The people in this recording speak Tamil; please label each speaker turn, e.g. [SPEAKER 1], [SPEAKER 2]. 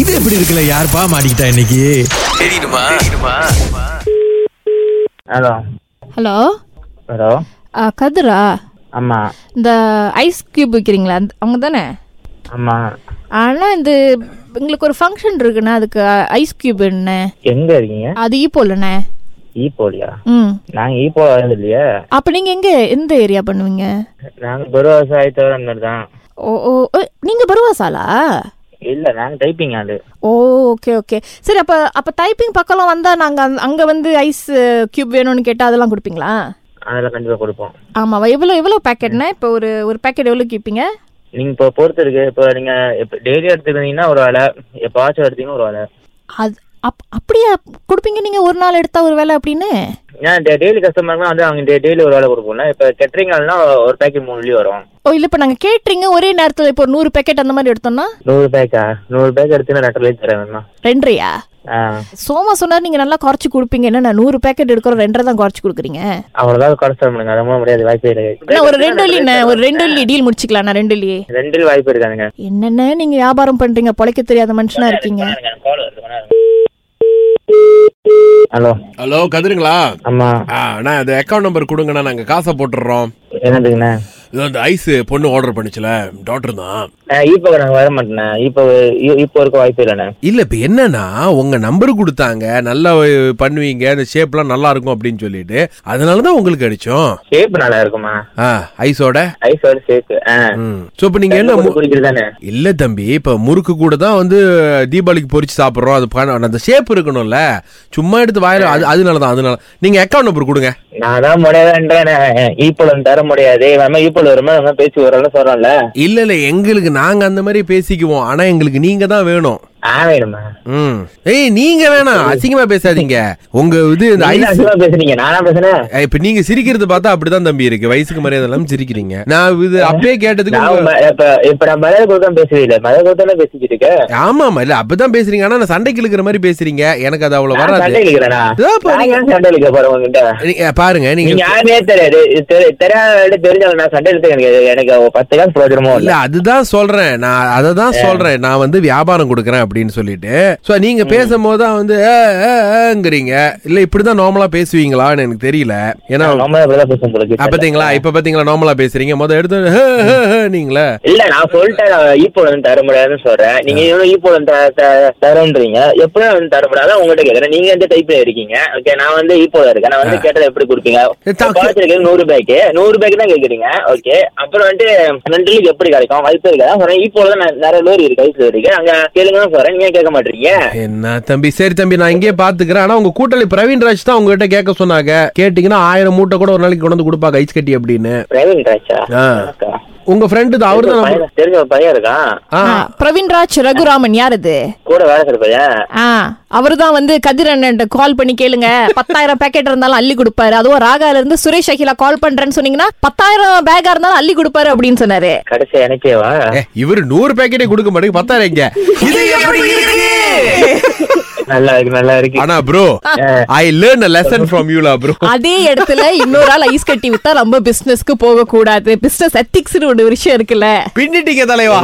[SPEAKER 1] இது எப்படி இருக்குல்ல யாருப்பா மாட்டிக்கிட்டா இன்னைக்கு
[SPEAKER 2] ஹலோ
[SPEAKER 3] ஹலோ
[SPEAKER 2] ஹலோ
[SPEAKER 3] ஆ, கதிரா
[SPEAKER 2] ஆமா
[SPEAKER 3] இந்த ஐஸ் கியூப் விற்கிறீங்களா அந்த- அவங்க தானே
[SPEAKER 2] ஆமா
[SPEAKER 3] ஆனால் இந்த எங்களுக்கு ஒரு ஃபங்க்ஷன் இருக்குண்ணே அதுக்கு ஐஸ் கியூப் என்ன
[SPEAKER 2] எங்க இருக்கீங்க
[SPEAKER 3] அது ஈப்போலண்ணே
[SPEAKER 2] ஈ போலியா
[SPEAKER 3] ம்
[SPEAKER 2] நாங்க ஈ போல வரது இல்லையே
[SPEAKER 3] அப்போ நீங்கள் எங்கே எந்த ஏரியா பண்ணுவீங்க
[SPEAKER 2] நாங்க பருவாசம் ஆயிட்டவர் அந்த மாதிரி தான்
[SPEAKER 3] ஓ ஓ நீங்கள் பருவாசாலா
[SPEAKER 2] இல்ல நாங்க டைப்பிங் ஆளு
[SPEAKER 3] ஓ ஓகே ஓகே சரி அப்போ அப்போ டைப்பிங் பக்கம்லாம் வந்தால் நாங்கள் அங்கே வந்து ஐஸ் கியூப் வேணும்னு கேட்டால் அதெல்லாம் கொடுப்பீங்களா
[SPEAKER 2] அதெல்லாம் கண்டிப்பா கொடுப்போம்
[SPEAKER 3] ஆமாவா எவ்வளோ எவ்வளோ பேக்கெட்ண்ணே இப்போ ஒரு ஒரு பேக்கெட் எவ்வளோ கேட்பீங்க
[SPEAKER 2] நீங்க இப்போ பொறுத்து இருக்கு இப்போ நீங்க டெய்லி எடுத்துக்கிறீங்கன்னா ஒரு வேலை எப்பவாச்சும் எடுத்தீங்கன்னா ஒரு வேலை
[SPEAKER 3] அது அப் அப்படியா கொடுப்பீங்க நீங்கள் ஒரு நாள் எடுத்தால் ஒரு வேலை அப்படின்னு
[SPEAKER 2] ஏன் டெய்லி கஸ்டமர்னா வந்து அவங்க டெய்லி ஒரு வேலை கொடுப்போம்ல இப்போ கெட்டரிங்னா ஒரு பேக்கெட் மூணு வெளியே வரும்
[SPEAKER 3] ஓ இல்லை இப்போ நாங்கள் கேட்ரிங்க ஒரே நேரத்தில் இப்போ ஒரு நூறு பேக்கெட் அந்த மாதிரி எடுத்தோம்னா
[SPEAKER 2] நூறு பேக்கா நூறு பேக் எடுத்தீங்கன்னா ரெண்டு ரேட் தர வேணுமா
[SPEAKER 3] ரெண்டரையா
[SPEAKER 2] ஆ
[SPEAKER 3] சோமா சொன்னார் நீங்கள் நல்லா குறைச்சி கொடுப்பீங்க என்ன நான் நூறு பேக்கெட் எடுக்கிறோம் ரெண்டரை தான் குறைச்சி கொடுக்குறீங்க
[SPEAKER 2] அவ்வளோதான் குறைச்சல் பண்ணுங்க அது மூலம் முடியாது வாய்ப்பே
[SPEAKER 3] அண்ணா,
[SPEAKER 2] இல்லை
[SPEAKER 3] ஒரு ரெண்டு வள்ளிண்ணே ஒரு ரெண்டு வள்ளி டீல் முடிச்சுக்கலாம் நான் ரெண்டு வள்ளியே
[SPEAKER 2] ரெண்டில் வாய்ப்பு இருக்காதுங்க
[SPEAKER 3] என்னென்ன நீங்கள் வியாபாரம் பண்ணுறீங்க பொழைக்க தெரியாத மனுஷனாக இருக்கீங்க
[SPEAKER 2] ஹலோ
[SPEAKER 4] ஹலோ கதிருங்களா
[SPEAKER 2] ஆமா
[SPEAKER 4] ஆ, அண்ணா இந்த அக்கௌண்ட் நம்பர் கொடுங்கண்ணா நாங்கள் காசை போட்டுடுறோம்
[SPEAKER 2] என்னதுங்கண்ணா
[SPEAKER 4] இது அந்த ஐஸ் பொண்ணு ஆர்டர் பண்ணிச்சுல டாக்டர் தான்
[SPEAKER 2] இப்போ நாங்கள் வர மாட்டேண்ணே இப்போ இப்போ இருக்க வாய்ப்பு இல்லைண்ணே
[SPEAKER 4] இல்லை இப்போ என்னன்னா உங்கள் நம்பர் கொடுத்தாங்க நல்லா அஹ், பண்ணுவீங்க இந்த ஷேப்லாம் நல்லா இருக்கும் அப்படின்னு சொல்லிட்டு அதனால தான் உங்களுக்கு அடித்தோம்
[SPEAKER 2] ஷேப் நல்லா இருக்குமா
[SPEAKER 4] ஆ ஐஸோட
[SPEAKER 2] ஐஸோட ஷேப் ஆ
[SPEAKER 4] ம் ஸோ இப்போ நீங்கள் என்ன மு-
[SPEAKER 2] குடிக்கிறதானே
[SPEAKER 4] இல்ல தம்பி இப்ப முறுக்கு கூட தான் வந்து தீபாவளிக்கு பொரிச்சு சாப்பிடுறோம் அது பண- அந்த ஷேப் இருக்கணும்ல சும்மா எடுத்து வாயில அது அதனால தான் அதனால நீங்க அக்கௌண்ட் நம்பர் கொடுங்க
[SPEAKER 2] நான் தான் முடியாதுன்றேன் ஈப்போலம் தர முடியாது நம்ம ஈப்போல் வருமா நம்ம பேச்சு வரோம்னு சொல்றோம்ல
[SPEAKER 4] இல்ல இல்ல எங்களுக்கு நாங்க அந்த மாதிரி பேசிக்குவோம் ஆனா எங்களுக்கு நீங்க தான் வேணும்
[SPEAKER 2] ஆ வேணுமா
[SPEAKER 4] ம் ஏய் நீங்க வேணாம் அசிங்கமா பேசாதீங்க உங்க இது இந்த
[SPEAKER 2] நீங்க
[SPEAKER 4] ஐஸ்
[SPEAKER 2] அதிகமா பேசுறீங்க நானா பேசுனேன்
[SPEAKER 4] ஏய், இப்ப நீங்க சிரிக்கிறது பார்த்தா அப்படிதான் தம்பி இருக்கு வயசுக்கு மரியாதை இல்லாம சிரிக்கிறீங்க நான் இது அப்பயே கேட்டதுக்கு
[SPEAKER 2] நான்
[SPEAKER 4] உங்க-
[SPEAKER 2] ம- இப்ப இப்ப நான் மலையாள கொடுத்தா பேசுறது இல்ல மலையாள கொடுத்தா பேசிக்கிட்டு இருக்கேன்
[SPEAKER 4] ஆமாமா இல்ல அப்பதான் பேசுறீங்க ஆனா நான் சண்டைக்கு இழுக்கிற மாதிரி பேசுறீங்க எனக்கு அது அவ்வளவு
[SPEAKER 2] நான்
[SPEAKER 4] வராது
[SPEAKER 2] சண்டை இழுக்கிறேனா
[SPEAKER 4] இதோ பாருங்க.
[SPEAKER 2] நான் ஏன் சண்டை இழுக்க போறேன் உங்ககிட்ட
[SPEAKER 4] நீங்க- பாருங்க
[SPEAKER 2] நீங்க
[SPEAKER 4] நீங்க
[SPEAKER 2] யாருமே தெரியாது தெரி- தெரியாத தெரிஞ்சவங்க நான் சண்டை எடுத்து எனக்கு எனக்கு ஒரு பத்து காசு பிரோஜனமும்
[SPEAKER 4] இல்ல
[SPEAKER 2] இல்ல
[SPEAKER 4] அதுதான் சொல்றேன் நான் அதை தான் சொல்றேன் நான் வந்து வியாபாரம் கொடுக்குறேன் அப்படின்னு சொல்லிட்டு சோ நீங்க பேசும்போது தான் வந்து ஏ, ஏ, ஏங்கிறீங்க இல்ல இப்படிதான் நார்மலா பேசுவீங்களான்னு எனக்கு தெரியல ஏன்னா
[SPEAKER 2] நம்ம அப்படிதான் பேச உங்களுக்கு
[SPEAKER 4] அப்ப பாத்தீங்களா இப்ப பாத்தீங்களா நார்மலா பேசுறீங்க முத எடுத்து ஹே, ஹே, ஹே, நீங்களே
[SPEAKER 2] இல்ல நான் சொல்லிட்டேன் நான் ஈ போலன் தர முடியாதுன்னு சொல்றேன் நீங்க எவ்வளவு ஈ போலன் தரன்றீங்க எப்படி நான் வந்து தர முடியாது உங்ககிட்ட கேக்குறேன் நீங்க எந்த டைப்ல இருக்கீங்க ஓகே நான் வந்து ஈ போல இருக்கேன் நான் வந்து கேட்டதை எப்படி கொடுப்பீங்க
[SPEAKER 4] இது தான்
[SPEAKER 2] பாத்துருக்கேன் நூறு பேக்கு நூறு பேக்கு தான் கேக்குறீங்க ஓகே அப்புறம் வந்துட்டு ரெண்டுலுக்கு எப்படி கிடைக்கும் வாய்ப்பு இருக்காது சொல்றேன் ஈ போல தான் நிறைய லோரி இருக்கு ஐஸ்ல இருக்கு அங்க கேளுங்கன்னு சொல்றேன் நீங்க கேட்க மாட்டீங்க
[SPEAKER 4] என்ன தம்பி சரி தம்பி நான் இங்கேயே பாத்துக்கிறேன் ஆனா உங்க கூட்டாளி பிரவீன் ராஜ் தான் உங்ககிட்ட கேட்க சொன்னாங்க கேட்டீங்கன்னா ஆயிரம் மூட்டை கூட ஒரு நாளைக்கு கொண்டு வந்து கொடுப்பாங்க ஐஸ் கட்டி அப்படின்னு
[SPEAKER 2] பிரவீன் ராஜா
[SPEAKER 4] ஆ. உங்க ஃப்ரெண்டு தான் அவரு தான் நம்ம-
[SPEAKER 2] தெரிஞ்ச ஒரு பையன் இருக்கான்
[SPEAKER 4] ஆ,
[SPEAKER 3] ஆ, பிரவீன்ராஜ் ரகுராமன் யார் அது
[SPEAKER 2] கூட வேலை செய்யற பையன்
[SPEAKER 3] ஆ அவர் தான் வந்து கதிரண்ணன் கால் பண்ணி கேளுங்க பத்தாயிரம் பேக்கெட் இருந்தாலும் அள்ளி கொடுப்பாரு அதுவும் ராகால இருந்து சுரேஷ் அகிலா கால் பண்றேன்னு சொன்னீங்கன்னா பத்தாயிரம் பேக்கா இருந்தாலும் அள்ளி கொடுப்பாரு அப்படின்னு சொன்னாரு
[SPEAKER 2] கடைசி எனக்கேவா
[SPEAKER 4] ஏ, இவரு நூறு பேக்கெட்டே கொடுக்க மாட்டேங்க பத்தாயிரம் இங்க இது எப்படி இருக்கு
[SPEAKER 2] நல்லா இருக்கு நல்லா இருக்கு
[SPEAKER 4] ஆனா bro I learn a lesson from யூலா ப்ரோ
[SPEAKER 3] அதே இடத்துல இன்னொரு ஆள் ஐஸ் கட்டி வித்தா ரொம்ப பிசினஸ்க்கு போக கூடாது பிசினஸ் எத்திக்ஸ்னு ஒரு விஷயம் இருக்குல்ல
[SPEAKER 4] பின்னிட்டீங்க தலைவா